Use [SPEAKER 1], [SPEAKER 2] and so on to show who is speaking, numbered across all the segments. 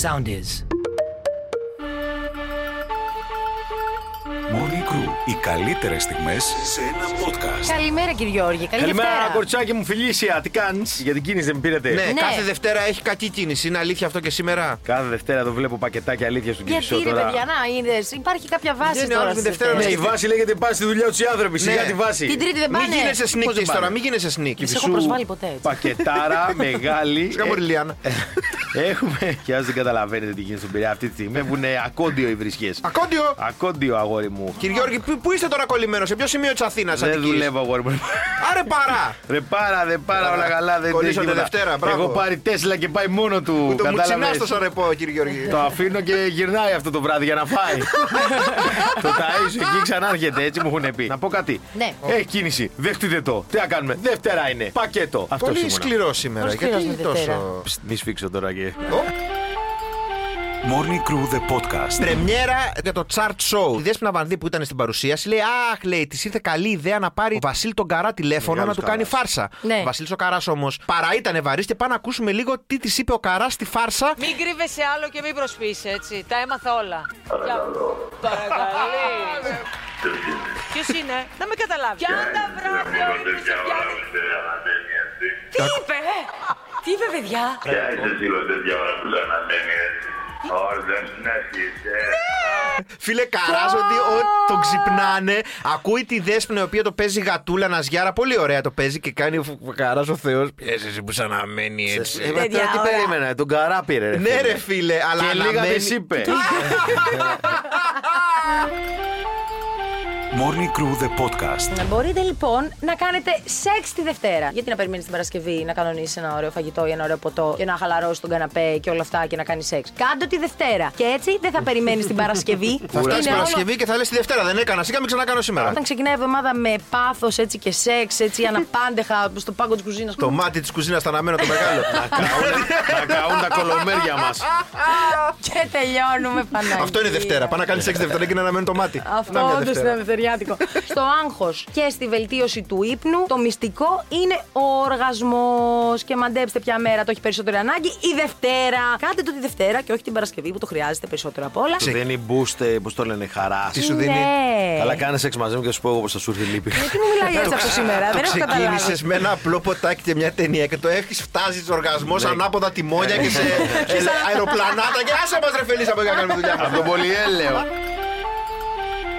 [SPEAKER 1] Sound is.
[SPEAKER 2] Morning Crew. Οι καλύτερες στιγμές σε ένα podcast.
[SPEAKER 3] Καλημέρα κύριε Γιώργη, καλή
[SPEAKER 4] Καλημέρα,
[SPEAKER 3] Δευτέρα.
[SPEAKER 4] κοριτσάκι μου, φιλήσια. Τι κάνεις, για την κίνηση δεν με πήρατε.
[SPEAKER 5] Ναι,
[SPEAKER 3] Ναι.
[SPEAKER 5] κάθε Δευτέρα έχει κακή κίνηση. Είναι αλήθεια αυτό και σήμερα.
[SPEAKER 4] Κάθε Δευτέρα εδώ βλέπω πακετάκια αλήθεια στον
[SPEAKER 3] Γιατί
[SPEAKER 4] Κυφισό
[SPEAKER 3] ρε
[SPEAKER 4] τώρα.
[SPEAKER 3] παιδιά, να είδες, υπάρχει κάποια βάση
[SPEAKER 5] Βγαίνει
[SPEAKER 3] τώρα
[SPEAKER 5] όλη τη
[SPEAKER 3] στις
[SPEAKER 5] Δευτέρα
[SPEAKER 4] Ναι,
[SPEAKER 3] Δευτέρες.
[SPEAKER 4] η βάση λέγεται πάνε στη δουλειά τους οι άνθρωποι. Σιγά
[SPEAKER 5] Ναι.
[SPEAKER 4] τη βάση.
[SPEAKER 3] Την Τρίτη ναι. δεν
[SPEAKER 5] Μην
[SPEAKER 3] πάνε.
[SPEAKER 5] γίνεσαι sneakers τώρα, μην γίνεσαι sneakers.
[SPEAKER 3] Τις έχω προσβάλει ποτέ έτσι.
[SPEAKER 4] Πακετάρα, μεγάλη.
[SPEAKER 5] Σιγά μπορεί, Λιάννα.
[SPEAKER 4] Ε, Έχουμε. Και ας δεν καταλαβαίνετε τι γίνεται στον Πειραιά αυτή τη στιγμή που είναι ακόντιο οι βρισκέ.
[SPEAKER 5] Ακόντιο!
[SPEAKER 4] Ακόντιο, αγόρι μου.
[SPEAKER 5] Κύριε Γιώργη, πού πού είστε τώρα κολλημένος, σε ποιο σημείο της Αθήνας,
[SPEAKER 4] Δεν δουλεύω, αγόρι μου.
[SPEAKER 5] Άρε παρά!
[SPEAKER 4] Ρε πάρα, δεν πάρα, όλα καλά. Δεν
[SPEAKER 5] Κολλήσατε
[SPEAKER 4] τίποτα.
[SPEAKER 5] Δευτέρα, μπράβο.
[SPEAKER 4] Έχω πάρει Τέσλα και πάει μόνο του.
[SPEAKER 5] Το μου
[SPEAKER 4] κατάλαβες. Ε,
[SPEAKER 5] τσινά στο σαρεπό, κύριε Γιώργη.
[SPEAKER 4] Το αφήνω και γυρνάει αυτό το βράδυ για να φάει. το ταΐζω εκεί ξανά έρχεται, έτσι μου έχουν πει. Να πω κάτι.
[SPEAKER 3] Ναι.
[SPEAKER 4] Έχει κίνηση. Δεχτείτε το. Τι να κάνουμε. Δευτέρα είναι. Πακέτο. Αυτό
[SPEAKER 5] Πολύ
[SPEAKER 4] ήμουν.
[SPEAKER 5] σκληρός σήμερα.
[SPEAKER 3] Πολύ σκληρός
[SPEAKER 5] Γιατί
[SPEAKER 3] με Δευτέρα.
[SPEAKER 5] τόσο.
[SPEAKER 4] Μη σφίξω τώρα και.
[SPEAKER 2] Morning Crew, the podcast.
[SPEAKER 5] Πρεμιέρα για το chart show. Η Δέσπινα Βανδύ που ήταν στην παρουσίαση λέει Αχ, λέει, της ήρθε καλή ιδέα να πάρει ο Βασίλη τον Καρά τηλέφωνο να
[SPEAKER 4] Μεγάλος
[SPEAKER 5] του κάνει
[SPEAKER 4] Καράς.
[SPEAKER 5] φάρσα.
[SPEAKER 3] Ναι.
[SPEAKER 5] Ο Βασίλης ο Καράς όμως παρά ήταν ευαρύς και πάμε να ακούσουμε λίγο τι της είπε ο Καράς στη φάρσα.
[SPEAKER 6] Μην κρύβεσαι άλλο και μην προσποιείς έτσι. Τα έμαθα όλα. Παρακαλώ. Παρακαλείς. Ποιος είναι, Ναι, να με καταλάβεις. Κι αν τα βράδια ο ύπνος σε πιάνει. Τι είπε, ε? τι είπε παιδιά.
[SPEAKER 7] Ποια είσαι σύλλο τέτοια ώρα που λέω να μένει έτσι. Όρδεν, ναι, είσαι.
[SPEAKER 5] Φίλε Καρά, ότι ό, τον ξυπνάνε. Ακούει τη Δέσπινα η οποία το παίζει γατούλα Ναζιάρα. Πολύ ωραία το παίζει και κάνει ο Καρά ο Θεός. Εσύ που σαν να μένει έτσι.
[SPEAKER 4] Ε, μα τώρα τι περίμενα, τον καρά πήρε. Ρε,
[SPEAKER 5] Ναι,
[SPEAKER 4] φίλε.
[SPEAKER 5] ρε φίλε, αλλά
[SPEAKER 4] Και λίγα
[SPEAKER 5] αναμένει-
[SPEAKER 4] δεν σ' είπε.
[SPEAKER 2] Morning Crew, the podcast.
[SPEAKER 3] Να Μπορείτε λοιπόν να κάνετε σεξ τη Δευτέρα. Γιατί να περιμένεις την Παρασκευή να κανονίσεις ένα ωραίο φαγητό ή ένα ωραίο ποτό και να χαλαρώσεις τον καναπέ και όλα αυτά και να κάνεις σεξ. Κάντε τη Δευτέρα. Και έτσι δεν θα περιμένεις την Παρασκευή.
[SPEAKER 5] Θα φτάσει
[SPEAKER 3] Είναι όλο-
[SPEAKER 5] Παρασκευή και θα λες τη Δευτέρα. Δεν έκανα. Σίγα μην ξανακάνω σήμερα.
[SPEAKER 3] Όταν ξεκινάει η εβδομάδα με πάθος έτσι και σεξ, έτσι αναπάντεχα στο πάγκο της κουζίνας.
[SPEAKER 5] Το μάτι της κουζίνας θα αναμένω το μεγάλο.
[SPEAKER 4] Να καούν τα κολομέρια μας.
[SPEAKER 3] Και τελειώνουμε Παναγία.
[SPEAKER 5] Αυτό είναι Δευτέρα. Πάνε να κάνεις σεξ Δευτέρα και να αναμένει το μάτι. Αυτά μια
[SPEAKER 3] Αυτό όντως
[SPEAKER 5] Δευτέρα.
[SPEAKER 3] ήταν δευτεριάτικο. Στο άγχος και στη βελτίωση του ύπνου, το μυστικό είναι ο οργασμός. Και μαντέψτε ποια μέρα το έχει περισσότερη ανάγκη, η Δευτέρα. Κάντε το τη Δευτέρα και όχι την Παρασκευή που το χρειάζεται περισσότερο απ' όλα.
[SPEAKER 4] Σου δίνει boost, πώς το λένε, χαρά.
[SPEAKER 5] Τι σου
[SPEAKER 3] Ναι.
[SPEAKER 5] δίνει.
[SPEAKER 4] Καλά, κάνε σεξ μαζί μου και σου πω εγώ πώ θα σου έρθει η λύπη.
[SPEAKER 3] Γιατί μου μιλάει έτσι αυτό σήμερα, δεν έχω καταλάβει.
[SPEAKER 5] Ξεκίνησε με ένα απλό ποτάκι και μια ταινία και το έχεις φτάσεις στους οργασμό ανάποδα τιμόνια και σε ε, αεροπλανάτα. Και άσε μας ρε φελίσσα που έκανα δουλειά. μας.
[SPEAKER 4] Αυτό πολύ έλεο.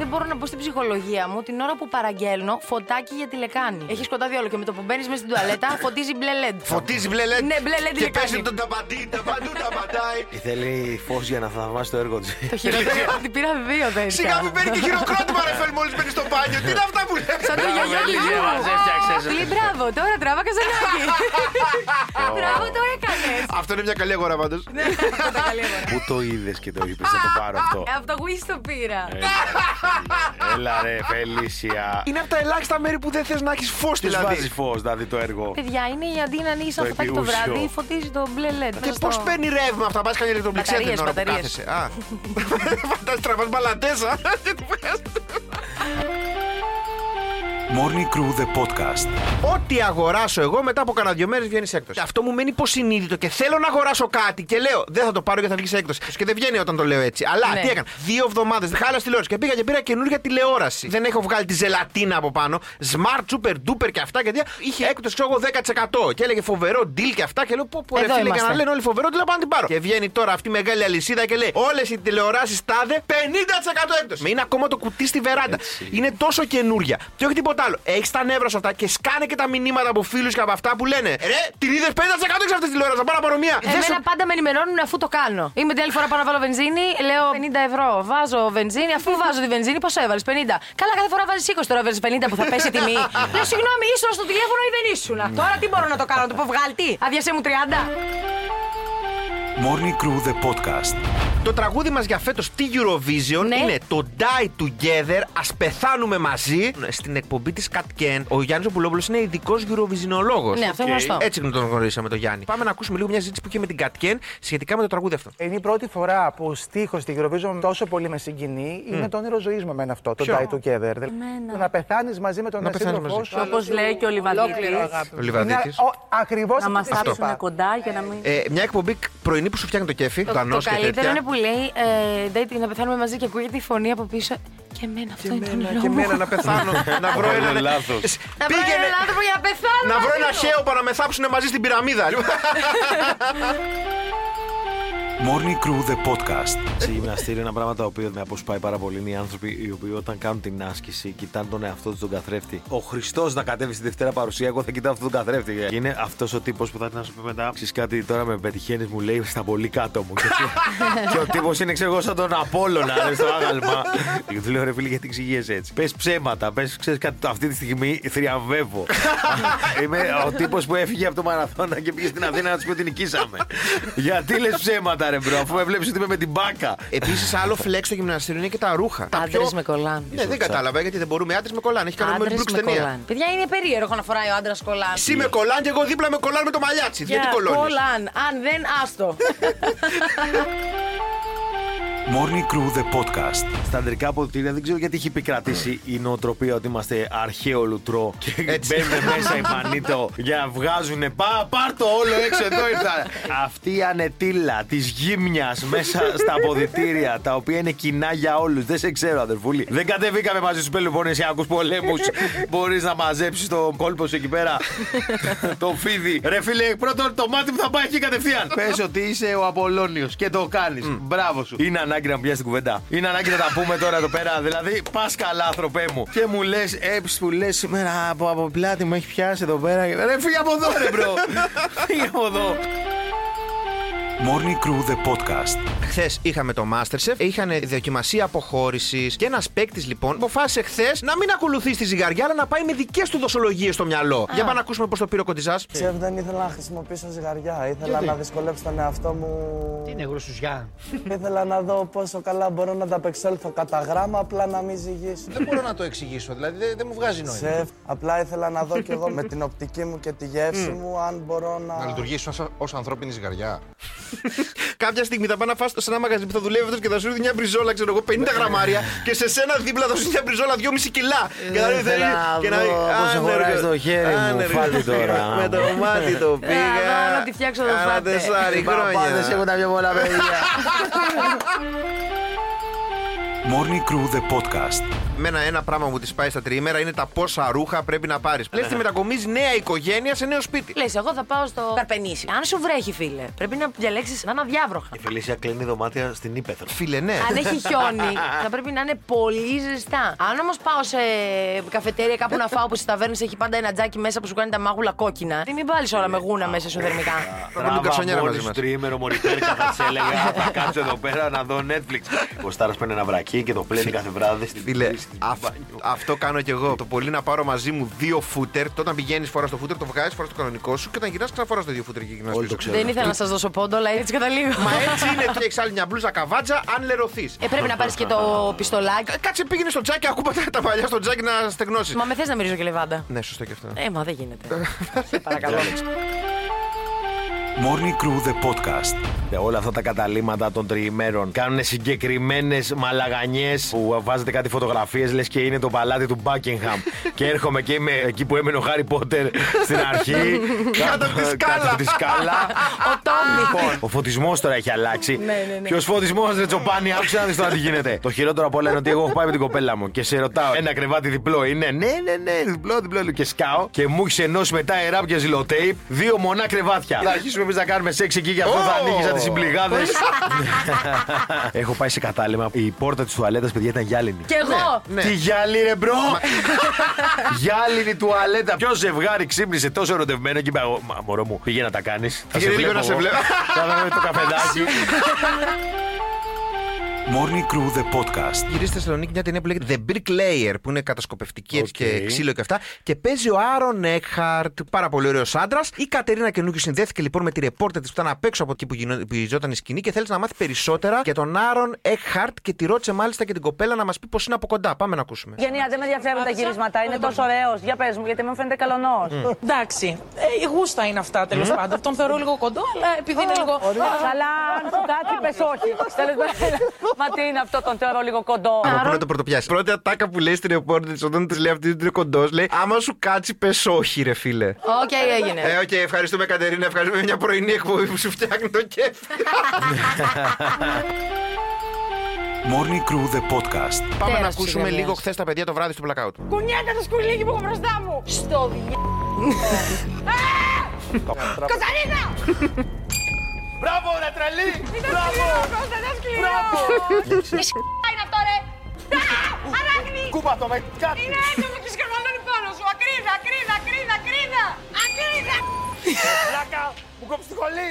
[SPEAKER 3] Δεν μπορώ να μπω στην ψυχολογία μου την ώρα που παραγγέλνω φωτάκι για τη λεκάνη. Έχεις σκοτάδι όλο και με το που μπαίνεις μέσα στην τουαλέτα φωτίζει μπλε LED.
[SPEAKER 5] Φωτίζει μπλε LED.
[SPEAKER 3] Ναι, μπλε LED
[SPEAKER 5] Και
[SPEAKER 3] λεκάνη.
[SPEAKER 5] πέσει τον ταμπαντή, ταμπαντού ταμπαντάει.
[SPEAKER 4] Θέλει φως για να θαυμάσει το έργο της.
[SPEAKER 3] Το χειρότερο είναι ότι πήρα δύο τέτοια.
[SPEAKER 5] Σιγά που παίρνει και χειροκρότημα ρε φελ μόλις μπαίνει στο μπάνιο. Τι είναι αυτά που λέει.
[SPEAKER 3] Σαν το γιαγιό του γιου μου. Λέει μπράβο, τώρα τράβα καζανάκι. Μπράβο, το έκανες.
[SPEAKER 5] Αυτό είναι μια καλή αγορά πάντως.
[SPEAKER 4] Πού το είδες και το είπε, θα το πάρω αυτό.
[SPEAKER 3] Ε, Από το Wish το πήρα.
[SPEAKER 5] Ε.
[SPEAKER 4] Έλα ρε, Φελίσια.
[SPEAKER 5] Είναι από τα ελάχιστα μέρη που δεν θες να έχεις φως
[SPEAKER 4] Της βάζει
[SPEAKER 5] δηλαδή.
[SPEAKER 4] φω, δηλαδή το έργο.
[SPEAKER 3] Παιδιά, είναι η αντί να ανοίξει
[SPEAKER 4] Το
[SPEAKER 3] ένα φωτάκι το
[SPEAKER 4] επιούσιο.
[SPEAKER 3] βράδυ, φωτίζει το μπλε LED.
[SPEAKER 5] Και
[SPEAKER 3] Μες
[SPEAKER 5] πώ
[SPEAKER 3] στο-
[SPEAKER 5] παίρνει ρεύμα αυτά, πα κάνει ηλεκτροπληξία την ώρα
[SPEAKER 3] Μπαταρίες,
[SPEAKER 5] που
[SPEAKER 3] μπαταρίες.
[SPEAKER 5] κάθεσαι. Α. Φαντάζει τραβάς μπαλαντέζα.
[SPEAKER 2] Morning Crew, the podcast.
[SPEAKER 5] Ό,τι αγοράσω εγώ μετά από κανένα δύο μέρες βγαίνεις σε έκπτωση. Και αυτό μου μένει υποσυνείδητο και θέλω να αγοράσω κάτι και λέω δεν θα το πάρω γιατί θα βγεις σε έκπτωση. Και δεν βγαίνει όταν το λέω έτσι. Αλλά
[SPEAKER 3] Ναι.
[SPEAKER 5] τι έκανα. Δύο εβδομάδες χάλα τηλεόραση και πήγα και πήρα καινούργια τηλεόραση. Δεν έχω βγάλει τη ζελατίνα από πάνω. Smart, super, duper και αυτά και τέτοια. Είχε έκπτωση ξέρω εγώ 10% και έλεγε φοβερό deal και αυτά και λέω πω πω ρε
[SPEAKER 3] Εδώ
[SPEAKER 5] φίλε
[SPEAKER 3] είμαστε.
[SPEAKER 5] και να λένε όλοι φοβερό τι λέω πάω να την πάρω. Και βγαίνει τώρα αυτή η μεγάλη αλυσίδα και λέει όλες οι τηλεοράσεις τάδε 50% έκπτωση. Με Είναι ακόμα το κουτί στη βεράντα. Είναι τόσο καινούρια. Και όχι τίποτα άλλο. Έχεις τα νεύρα σου αυτά και σκάνε και τα μηνύματα από φίλους και από αυτά που λένε Ρε, την είδες 50% εξ αυτή τη τηλεόραση. Πάρα πάρω μία. Δεν
[SPEAKER 3] Εμένα
[SPEAKER 5] σου-
[SPEAKER 3] πάντα με ενημερώνουν αφού το κάνω. Είμαι την άλλη φορά πάω να βάλω βενζίνη, λέω 50 ευρώ. Βάζω βενζίνη, αφού βάζω τη βενζίνη, πόσο έβαλες 50. Καλά, κάθε φορά βάζεις 20, τώρα βάζει 50 που θα πέσει η τιμή. λέω συγγνώμη, ήσουν στο τηλέφωνο ή δεν ήσουν.
[SPEAKER 5] Ναι.
[SPEAKER 3] τώρα τι μπορώ να το κάνω, να το πω βγάλει τι. Αδειασέ μου 30.
[SPEAKER 2] Morning Crew, the podcast.
[SPEAKER 5] Το τραγούδι μας για φέτος τη Eurovision
[SPEAKER 3] Ναι.
[SPEAKER 5] είναι το Die Together, ας πεθάνουμε μαζί. Ε, Στην εκπομπή της Κατκέν, ο Γιάννης Οπουλόπουλος είναι ειδικός Eurovisionologo.
[SPEAKER 3] Ναι, αυτό είναι γνωστό.
[SPEAKER 5] Έτσι τον γνωρίσαμε τον Γιάννη. Πάμε να ακούσουμε λίγο μια ζήτηση που είχε με την Κατκέν σχετικά με το τραγούδι αυτό.
[SPEAKER 1] Είναι η πρώτη φορά που ο στίχο στην Eurovision τόσο πολύ με συγκινεί. Είναι το όνειρο ζωής μου εμένα αυτό, το Die Together. Το να πεθάνεις μαζί με τον
[SPEAKER 5] Να πεθάνεις
[SPEAKER 1] σύντροφό
[SPEAKER 5] μαζί.
[SPEAKER 1] σου.
[SPEAKER 8] Όπως λέει και ο Λιβαδίτης,
[SPEAKER 5] Ο Λιβαδίτης.
[SPEAKER 1] Ακριβώς
[SPEAKER 8] να μα άψουν κοντά για να μην.
[SPEAKER 5] Ε, μια εκπομπή κ- πρωινή που σου φτιάχνει το κέφι,
[SPEAKER 3] Το,
[SPEAKER 5] το,
[SPEAKER 3] το
[SPEAKER 5] ανός και
[SPEAKER 3] καλύτερο
[SPEAKER 5] τέτοια.
[SPEAKER 3] είναι που λέει ε, «Date, να πεθάνουμε μαζί και ακούγεται η φωνή από πίσω. Και εμένα αυτό είναι το όνειρό
[SPEAKER 5] Και
[SPEAKER 3] μου.
[SPEAKER 5] εμένα να πεθάνω, να βρω
[SPEAKER 4] Έκανε
[SPEAKER 5] έναν.
[SPEAKER 4] λάθος.
[SPEAKER 5] Σ-
[SPEAKER 3] Να βρω
[SPEAKER 5] Πήγαινε
[SPEAKER 3] έναν άνθρωπο για να πεθάνω.
[SPEAKER 5] να βρω
[SPEAKER 3] μαζί
[SPEAKER 5] ένα
[SPEAKER 3] του.
[SPEAKER 5] χέο που να με θάψουν μαζί στην πυραμίδα.
[SPEAKER 2] Morning Crew The Podcast.
[SPEAKER 4] Σε γυμναστήριο, ένα πράγμα το οποίο με αποσπάει πάρα πολύ είναι οι άνθρωποι οι οποίοι όταν κάνουν την άσκηση κοιτάνε τον εαυτό τους τον καθρέφτη. Ο Χριστός να κατέβει στη Δευτέρα παρουσία, εγώ θα κοιτάω αυτόν τον καθρέφτη. Και είναι αυτός ο τύπος που θα έρθει να σου πει μετά. Ξέρεις κάτι, τώρα με πετυχαίνεις, μου λέει στα πολύ κάτω μου. και, και ο τύπος είναι, ξέρω εγώ, σαν τον Απόλωνα ρε, στο άγαλμα. και του λέω ρε φίλε, γιατί ξυγείσαι έτσι. Πες ψέματα, πες, ξέρεις κάτι, αυτή τη στιγμή θριαμβεύω. Είμαι ο τύπος που έφυγε από το μαραθώνα και πήγε στην Αθήνα να του πει ότι νικήσαμε. γιατί λες ψέματα, ρε μπρο, αφού με βλέπεις ότι είμαι με την μπάκα.
[SPEAKER 5] Επίσης, άλλο flex στο γυμναστήριο είναι και τα ρούχα. Τα
[SPEAKER 3] Άντρε
[SPEAKER 5] πιο-
[SPEAKER 3] με κολλάνε.
[SPEAKER 5] Ναι, δεν κατάλαβα γιατί δεν μπορούμε. Άντρες με κολλάνε. Έχει κάνει με
[SPEAKER 3] Άντρε
[SPEAKER 5] Μπρουξ
[SPEAKER 3] με
[SPEAKER 5] ταινία.
[SPEAKER 3] κολλάνε. Παιδιά, είναι περίεργο να φοράει ο άντρας κολλάν.
[SPEAKER 5] Εσύ με κολλάνε και εγώ δίπλα με κολλάνε με το μαλλιάτσι. Γιατί κολλώνει.
[SPEAKER 3] κολλάν. Αν δεν, άστο.
[SPEAKER 2] Morning Crew The Podcast.
[SPEAKER 4] Στα αντρικά αποδητήρια δεν ξέρω γιατί έχει επικρατήσει η νοοτροπία ότι είμαστε αρχαίο λουτρό και
[SPEAKER 5] Έτσι.
[SPEAKER 4] μπαίνουν μέσα οι μανίτο για να βγάζουν πά, πάρ το όλο έξω εδώ ήρθα. Αυτή η ανετήλα της γύμνιας μέσα στα αποδητήρια τα οποία είναι κοινά για όλους. Δεν σε ξέρω αδερφούλη. Δεν κατεβήκαμε μαζί στους Πελοποννησιακούς πολέμους. Μπορείς να μαζέψεις το κόλπο σου εκεί πέρα. το φίδι. Ρε φίλε πρώτον το μάτι μου θα πάει εκεί κατευθείαν. Πες ότι είσαι ο Απολώνιος και το κάνεις. Μπράβο σου. Είναι ανάγκη να πιάσει την κουβέντα. Είναι ανάγκη να τα πούμε τώρα εδώ πέρα. Δηλαδή, πας καλά, άνθρωπέ μου. Και μου λες, έψ που λες σήμερα από, από πλάτη μου έχει πιάσει εδώ πέρα. Ρε, φύγε από εδώ, ρε, μπρο. φύγε από εδώ.
[SPEAKER 2] Morning Crew The Podcast.
[SPEAKER 5] Χθες είχαμε το Masterchef, είχαν δοκιμασία αποχώρησης και ένας παίκτης λοιπόν αποφάσισε χθες να μην ακολουθεί τη ζυγαριά, αλλά να πάει με δικές του δοσολογίες στο μυαλό. Για πάμε να ακούσουμε πώς το πήρε ο Κοντιζάς.
[SPEAKER 1] Σεφ δεν ήθελα να χρησιμοποιήσω ζυγαριά. Ήθελα να δυσκολέψω τον εαυτό μου.
[SPEAKER 9] Είναι γρουσουζιά.
[SPEAKER 1] Ήθελα να δω πόσο καλά μπορώ να ανταπεξέλθω κατά γράμμα, απλά να μην ζυγίσω.
[SPEAKER 9] Δεν μπορώ να το εξηγήσω, δηλαδή δεν, δεν μου βγάζει νόημα.
[SPEAKER 1] Σεφ, απλά ήθελα να δω κι εγώ με την οπτική μου και τη γεύση μου αν μπορώ να.
[SPEAKER 9] Να λειτουργήσει ω ανθρώπινη ζυγαριά.
[SPEAKER 5] Κάποια στιγμή θα πάει να φας σε ένα μαγαζί που θα δουλεύει αυτός και θα σου δίνει μια μπριζόλα, ξέρω εγώ, 50 γραμμάρια και σε σένα δίπλα θα σου δίνει μια μπριζόλα 2,5 κιλά. και θα λέει,
[SPEAKER 4] ήθελα
[SPEAKER 5] θέλει-
[SPEAKER 4] να
[SPEAKER 5] και να
[SPEAKER 4] δω
[SPEAKER 5] λέει,
[SPEAKER 4] πώς
[SPEAKER 5] άνεργο,
[SPEAKER 4] χωράει το χέρι μου,
[SPEAKER 5] άνεργο,
[SPEAKER 4] φάτη τώρα.
[SPEAKER 5] Με το μάτι το πήγα.
[SPEAKER 3] δω να τη φτιάξω το
[SPEAKER 5] Κάνα
[SPEAKER 3] φάτε.
[SPEAKER 5] τεσσάρι
[SPEAKER 4] Παπάδες
[SPEAKER 5] χρόνια.
[SPEAKER 4] έχουν τα πιο πολλά παιδιά.
[SPEAKER 2] Morning Crew The Podcast.
[SPEAKER 5] Μένα ένα πράγμα που τη πάει στα τριήμερα είναι τα πόσα ρούχα πρέπει να πάρεις. Λες τη μετακομίζει νέα οικογένεια σε νέο σπίτι.
[SPEAKER 3] Λες, εγώ θα πάω στο Καρπενήσι. Αν σου βρέχει, φίλε, πρέπει να διαλέξεις να είναι αδιάβροχα.
[SPEAKER 4] Η Φελίσια κλείνει δωμάτια στην Ήπεθρο.
[SPEAKER 5] Φίλε, ναι.
[SPEAKER 3] Αν έχει χιόνι, θα πρέπει να είναι πολύ ζεστά. Αν όμως πάω σε καφετέρια κάπου να φάω που στις ταβέρνες έχει πάντα ένα τζάκι μέσα που σου κάνει τα μάγουλα κόκκινα. Δεν μην βάλεις όλα με γούνα μέσα σου θερμικά.
[SPEAKER 5] βάλουμε την καρσονιέρα μαζί
[SPEAKER 4] μόνη σου
[SPEAKER 5] μας.
[SPEAKER 4] τριήμερο μολυφέρκα θα σε έλεγα θα κάτσω εδώ πέρα να δω Netflix. Ο Στάρας παίρνει ένα βρακί και το πλένει κάθε βράδυ στην
[SPEAKER 5] Φίλε,
[SPEAKER 4] πύλη, στην
[SPEAKER 5] αυ-
[SPEAKER 4] μπάνιο.
[SPEAKER 5] αυτό κάνω κι εγώ. Το πολύ να πάρω μαζί μου δύο φούτερ. Τότε πηγαίνεις φοράς στο φούτερ, το βγάζεις, φοράς το κανονικό σου και όταν γυρνάς ξαναφοράς το δύο φούτερ και γυρνάς πίσω.
[SPEAKER 3] Δεν ήθελα να σας δώσω πόντο, αλλά έτσι καταλήγω.
[SPEAKER 5] Μα έτσι είναι ότι έχεις άλλη μια μπλούζα καβάτζα αν λερωθείς.
[SPEAKER 3] Ε, πρέπει να πάρεις και το πιστολάκι.
[SPEAKER 5] Κάτσε πήγαινε στο τζάκι, ακούπα τα- τα παλιά στο τζάκι να στεγνώσεις.
[SPEAKER 3] Μα με θες να μυρίζω και λεβάντα.
[SPEAKER 5] Ναι, σωστό και αυτό.
[SPEAKER 3] Ε, μα δεν γίνεται. Σε παρακαλώ.
[SPEAKER 2] Morning Crew The Podcast.
[SPEAKER 4] Ε, Όλα αυτά τα καταλήμματα των τριημέρων κάνουν συγκεκριμένες μαλαγανιές που βάζετε κάτι φωτογραφίες, λες και είναι το παλάτι του Buckingham. και έρχομαι και είμαι εκεί που έμενε ο Χάρι Πότερ στην αρχή.
[SPEAKER 5] Κάτω από τη σκάλα.
[SPEAKER 4] Κάτω από τη σκάλα.
[SPEAKER 3] Ο Τόμι.
[SPEAKER 4] Λοιπόν, ο φωτισμός τώρα έχει αλλάξει.
[SPEAKER 3] ναι, ναι.
[SPEAKER 4] Ποιος φωτισμός, ρε Τσοπάνη, άκουσα να δεις τώρα τι γίνεται. το χειρότερο απ' όλα είναι ότι εγώ έχω πάει με την κοπέλα μου και σε ρωτάω ένα κρεβάτι διπλό. Είναι ναι, ναι, ναι, διπλό, διπλό. λέω, Και σκάω και μου έχει ενώσει μετά εράπ και ζηλοτέιπ δύο μονά κρεβάτια. θα αρχίσουμε εμεί να κάνουμε σεξ εκεί και αυτό θα
[SPEAKER 5] Ω!
[SPEAKER 4] ανοίγεις σαν τις συμπληγάδες. έχω πάει σε κατάλημα. Η πόρτα της τουαλέτας, παιδιά, ήταν γυάλινη.
[SPEAKER 3] Και εγώ.
[SPEAKER 5] Ναι.
[SPEAKER 4] Τι γυάλι ρε μπρο! Γυάλινη τουαλέτα. Ποιο ζευγάρι ξύπνησε τόσο ερωτευμένο και είπα: εγώ, Μα μωρό μου, πήγε να τα κάνεις. Θα
[SPEAKER 5] Πήγαινε λίγο να σε
[SPEAKER 4] εγώ.
[SPEAKER 5] βλέπω.
[SPEAKER 4] Θα δω το καφεδάκι.
[SPEAKER 2] Morning Crew The Podcast.
[SPEAKER 5] Γυρίζει στη Θεσσαλονίκη μια ταινία που λέγεται The Brick Layer, που είναι κατασκοπευτική έτσι και
[SPEAKER 4] Οκ.
[SPEAKER 5] ξύλο και αυτά. Και παίζει ο Άρον Έκχαρτ, πάρα πολύ ωραίος άντρας. Η Κατερίνα Καινούκη συνδέθηκε λοιπόν με τη ρεπόρτερ της που ήταν απ' έξω από εκεί που, γινό, που γινόταν η σκηνή και θέλησε να μάθεις περισσότερα για τον Άρον Έκχαρτ και τη ρώτησε μάλιστα και την κοπέλα να μας πει πώς είναι από κοντά. Πάμε να ακούσουμε.
[SPEAKER 10] Ε,
[SPEAKER 8] Γενία, δεν με ενδιαφέρουν τα γυρίσματα. Είναι τόσο ωραίος. Για πες μου, γιατί μου φαίνεται καλονός.
[SPEAKER 10] Εντάξει. Ε, η γούστα είναι αυτά τέλος πάντων. Τον θεωρώ λίγο κοντό, αλλά επειδή είναι λίγο.
[SPEAKER 8] Καλά, αν σου κάτι πες όχι. Τέλος πάντων. Μα τι είναι αυτό, τον θεωρώ λίγο κοντό.
[SPEAKER 5] Άρα πρέπει να το πρωτοπιάσει. Πρώτη ατάκα που λέει στην ρεπόρτερ της, όταν της λέει αυτή ότι είναι κοντός, λέει Άμα σου κάτσει, πες όχι, ρε φίλε.
[SPEAKER 3] Οκ, έγινε.
[SPEAKER 5] Ε, οκ, ευχαριστούμε Κατερίνα, ευχαριστούμε μια πρωινή εκπομπή που σου φτιάχνει το κέφι.
[SPEAKER 2] Morning Crew The Podcast.
[SPEAKER 5] Πάμε να
[SPEAKER 3] Τέρας της
[SPEAKER 5] ακούσουμε
[SPEAKER 3] ηρεμίας.
[SPEAKER 5] λίγο χθες τα παιδιά το βράδυ στο blackout.
[SPEAKER 10] Κουνιέται το σκουλίκι που έχω μπροστά μου. Ε! Στο δι. Κοτσαρίνα!
[SPEAKER 4] Μπράβο, ρε τρελή!
[SPEAKER 10] Ήταν σκληρό, Κώστα, ήταν σκληρό! Τι σ*** είναι αυτό, ρε! Α, Αράχνη!
[SPEAKER 4] Κούπα το με κάτι!
[SPEAKER 10] Είναι έτοιμο και σκαρβαλώνει πάνω σου! Ακρίνα, ακρίνα, ακρίνα, ακρίνα! Ακρίνα!
[SPEAKER 4] Πλάκα! Μου κόψεις τη χολή!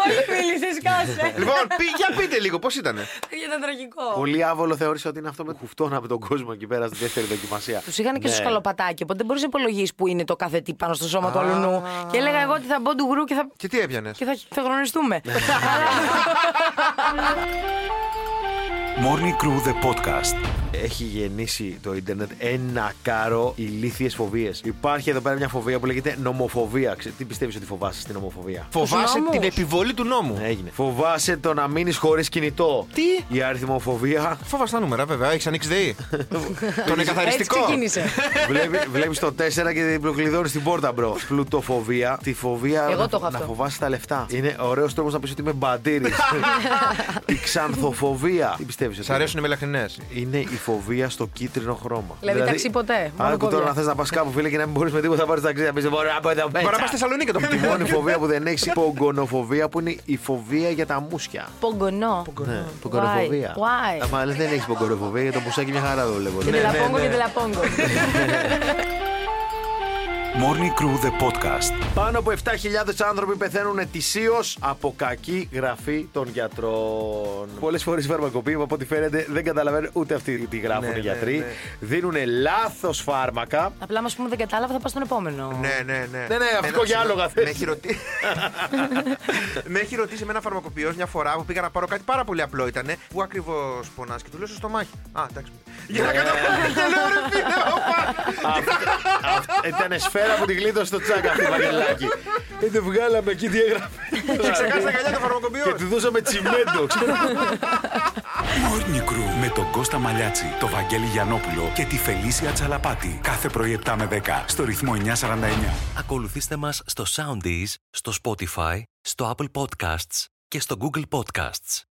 [SPEAKER 8] Πολύ φίλησε, κάσε.
[SPEAKER 5] λοιπόν, πι, για πείτε λίγο, πώς ήταν.
[SPEAKER 3] Ε, Ήταν τραγικό.
[SPEAKER 4] Πολύ άβολο θεώρησε ότι είναι αυτό με κουφτώνα με τον κόσμο εκεί πέρα στη δεύτερη δοκιμασία.
[SPEAKER 3] Τους είχαν και
[SPEAKER 4] Ναι.
[SPEAKER 3] στο σκαλοπατάκι, οπότε δεν μπορείς να υπολογίσεις που είναι το κάθε τι πάνω στο σώμα του αλουνού. Και έλεγα εγώ ότι θα μπω του γκρου και θα,
[SPEAKER 5] Και τι έπιανες.
[SPEAKER 3] και θα, θα γνωριστούμε.
[SPEAKER 5] Ναι.
[SPEAKER 2] Morning Crew The Podcast.
[SPEAKER 4] Έχει γεννήσει το ίντερνετ ένα κάρο ηλίθιες φοβίες. Υπάρχει εδώ πέρα μια φοβία που λέγεται νομοφοβία. Ξε- Τι πιστεύεις ότι φοβάσαι στην νομοφοβία. Ναι,
[SPEAKER 5] Φοβάσαι
[SPEAKER 3] νόμους.
[SPEAKER 5] την επιβολή του νόμου.
[SPEAKER 4] Έγινε. Φοβάσαι το να μείνεις χωρίς κινητό.
[SPEAKER 5] Τι?
[SPEAKER 4] Η αριθμοφοβία.
[SPEAKER 5] Φοβάσαι τα νούμερα, βέβαια. Έχεις ανοίξει ΔΕΗ. Τον
[SPEAKER 3] Έτσι
[SPEAKER 5] εκαθαριστικό.
[SPEAKER 3] ξεκίνησε.
[SPEAKER 4] Βλέπει βλέπεις το 4 και την προκλειδώνεις την πόρτα, μπρο. Πλουτοφοβία. Τη φοβία
[SPEAKER 3] Εγώ
[SPEAKER 4] να,
[SPEAKER 3] το έχω
[SPEAKER 4] να
[SPEAKER 3] αυτό.
[SPEAKER 4] φοβάσαι τα λεφτά. Είναι ωραίος τρόπος να πεις ότι είμαι μπαντήρης. η ξανθοφοβία. Τι πιστεύεις.
[SPEAKER 5] Σ' αρέσουν οι μελαχρινές.
[SPEAKER 4] Είναι η φοβία στο κίτρινο χρώμα.
[SPEAKER 3] Δηλαδή, ταξί ποτέ, μόνο
[SPEAKER 4] Άκου τώρα
[SPEAKER 3] κόβια.
[SPEAKER 4] να θες να πας κάπου, φίλε, και να μην μπορείς με τίποτα να πάρεις ταξί. Να πεις Μπορώ να πάω εδώ
[SPEAKER 5] Μπορεί να πας
[SPEAKER 4] πέρα.
[SPEAKER 5] στη Θεσσαλονίκη το
[SPEAKER 4] Η
[SPEAKER 5] παιδί
[SPEAKER 4] μόνη φοβία που δεν έχεις πογκονοφοβία που είναι η φοβία για τα μουσια.
[SPEAKER 3] Πογκονό.
[SPEAKER 4] Ναι, πογκονοφοβία.
[SPEAKER 3] Why? Why?
[SPEAKER 4] Άμα λες, δεν έχεις πογκονοφοβία για το μουσάκι μια χαρά το βλέπω.
[SPEAKER 3] Και
[SPEAKER 4] Ναι.
[SPEAKER 3] τελαπόγκο και τελαπόγκο.
[SPEAKER 2] Morning Crew The Podcast.
[SPEAKER 4] Πάνω από 7.000 άνθρωποι πεθαίνουν ετησίως από κακή γραφή των γιατρών. Πολλές φορές η φαρμακοποίημα, από ό,τι φαίνεται, δεν καταλαβαίνουν ούτε αυτοί τι γράφουν οι γιατροί. Δίνουν λάθος φάρμακα.
[SPEAKER 3] Απλά μα πούμε δεν κατάλαβα, θα πας στον επόμενο.
[SPEAKER 5] Ναι, ναι, ναι.
[SPEAKER 4] Ναι, ναι, αυτό
[SPEAKER 5] Ένα-
[SPEAKER 4] διάλογα θες.
[SPEAKER 5] Με έχει ρωτήσει. με έχει ρωτήσει με ένα φαρμακοποιός μια φορά που πήγα να πάρω κάτι πάρα πολύ απλό ήταν. Πού ακριβώς πονάς και του λέω στο στομάχι. Α, εντάξει. Για να καταλάβω. Και λέω ρε φίλε, όπα.
[SPEAKER 4] Ήταν σφαίρα που την γλίτωσε στο τσάκα αυτή η Βαγγελάκη. Ε, το βγάλαμε εκεί τι
[SPEAKER 5] Και
[SPEAKER 4] έγραφε.
[SPEAKER 5] ξεχάσει τα γυαλιά το
[SPEAKER 4] Και
[SPEAKER 5] φαρμακοποιό.
[SPEAKER 4] του δώσαμε τσιμέντο.
[SPEAKER 2] Morning Crew με τον Κώστα Μαλιάτση, τον Βαγγέλη Γιανόπουλο και τη Φελίσια Τσαλαπάτη. Κάθε πρωί 7 με 10 στο ρυθμό 949.
[SPEAKER 11] Ακολουθήστε μας στο Soundees, στο Spotify, στο Apple Podcasts και στο Google Podcasts.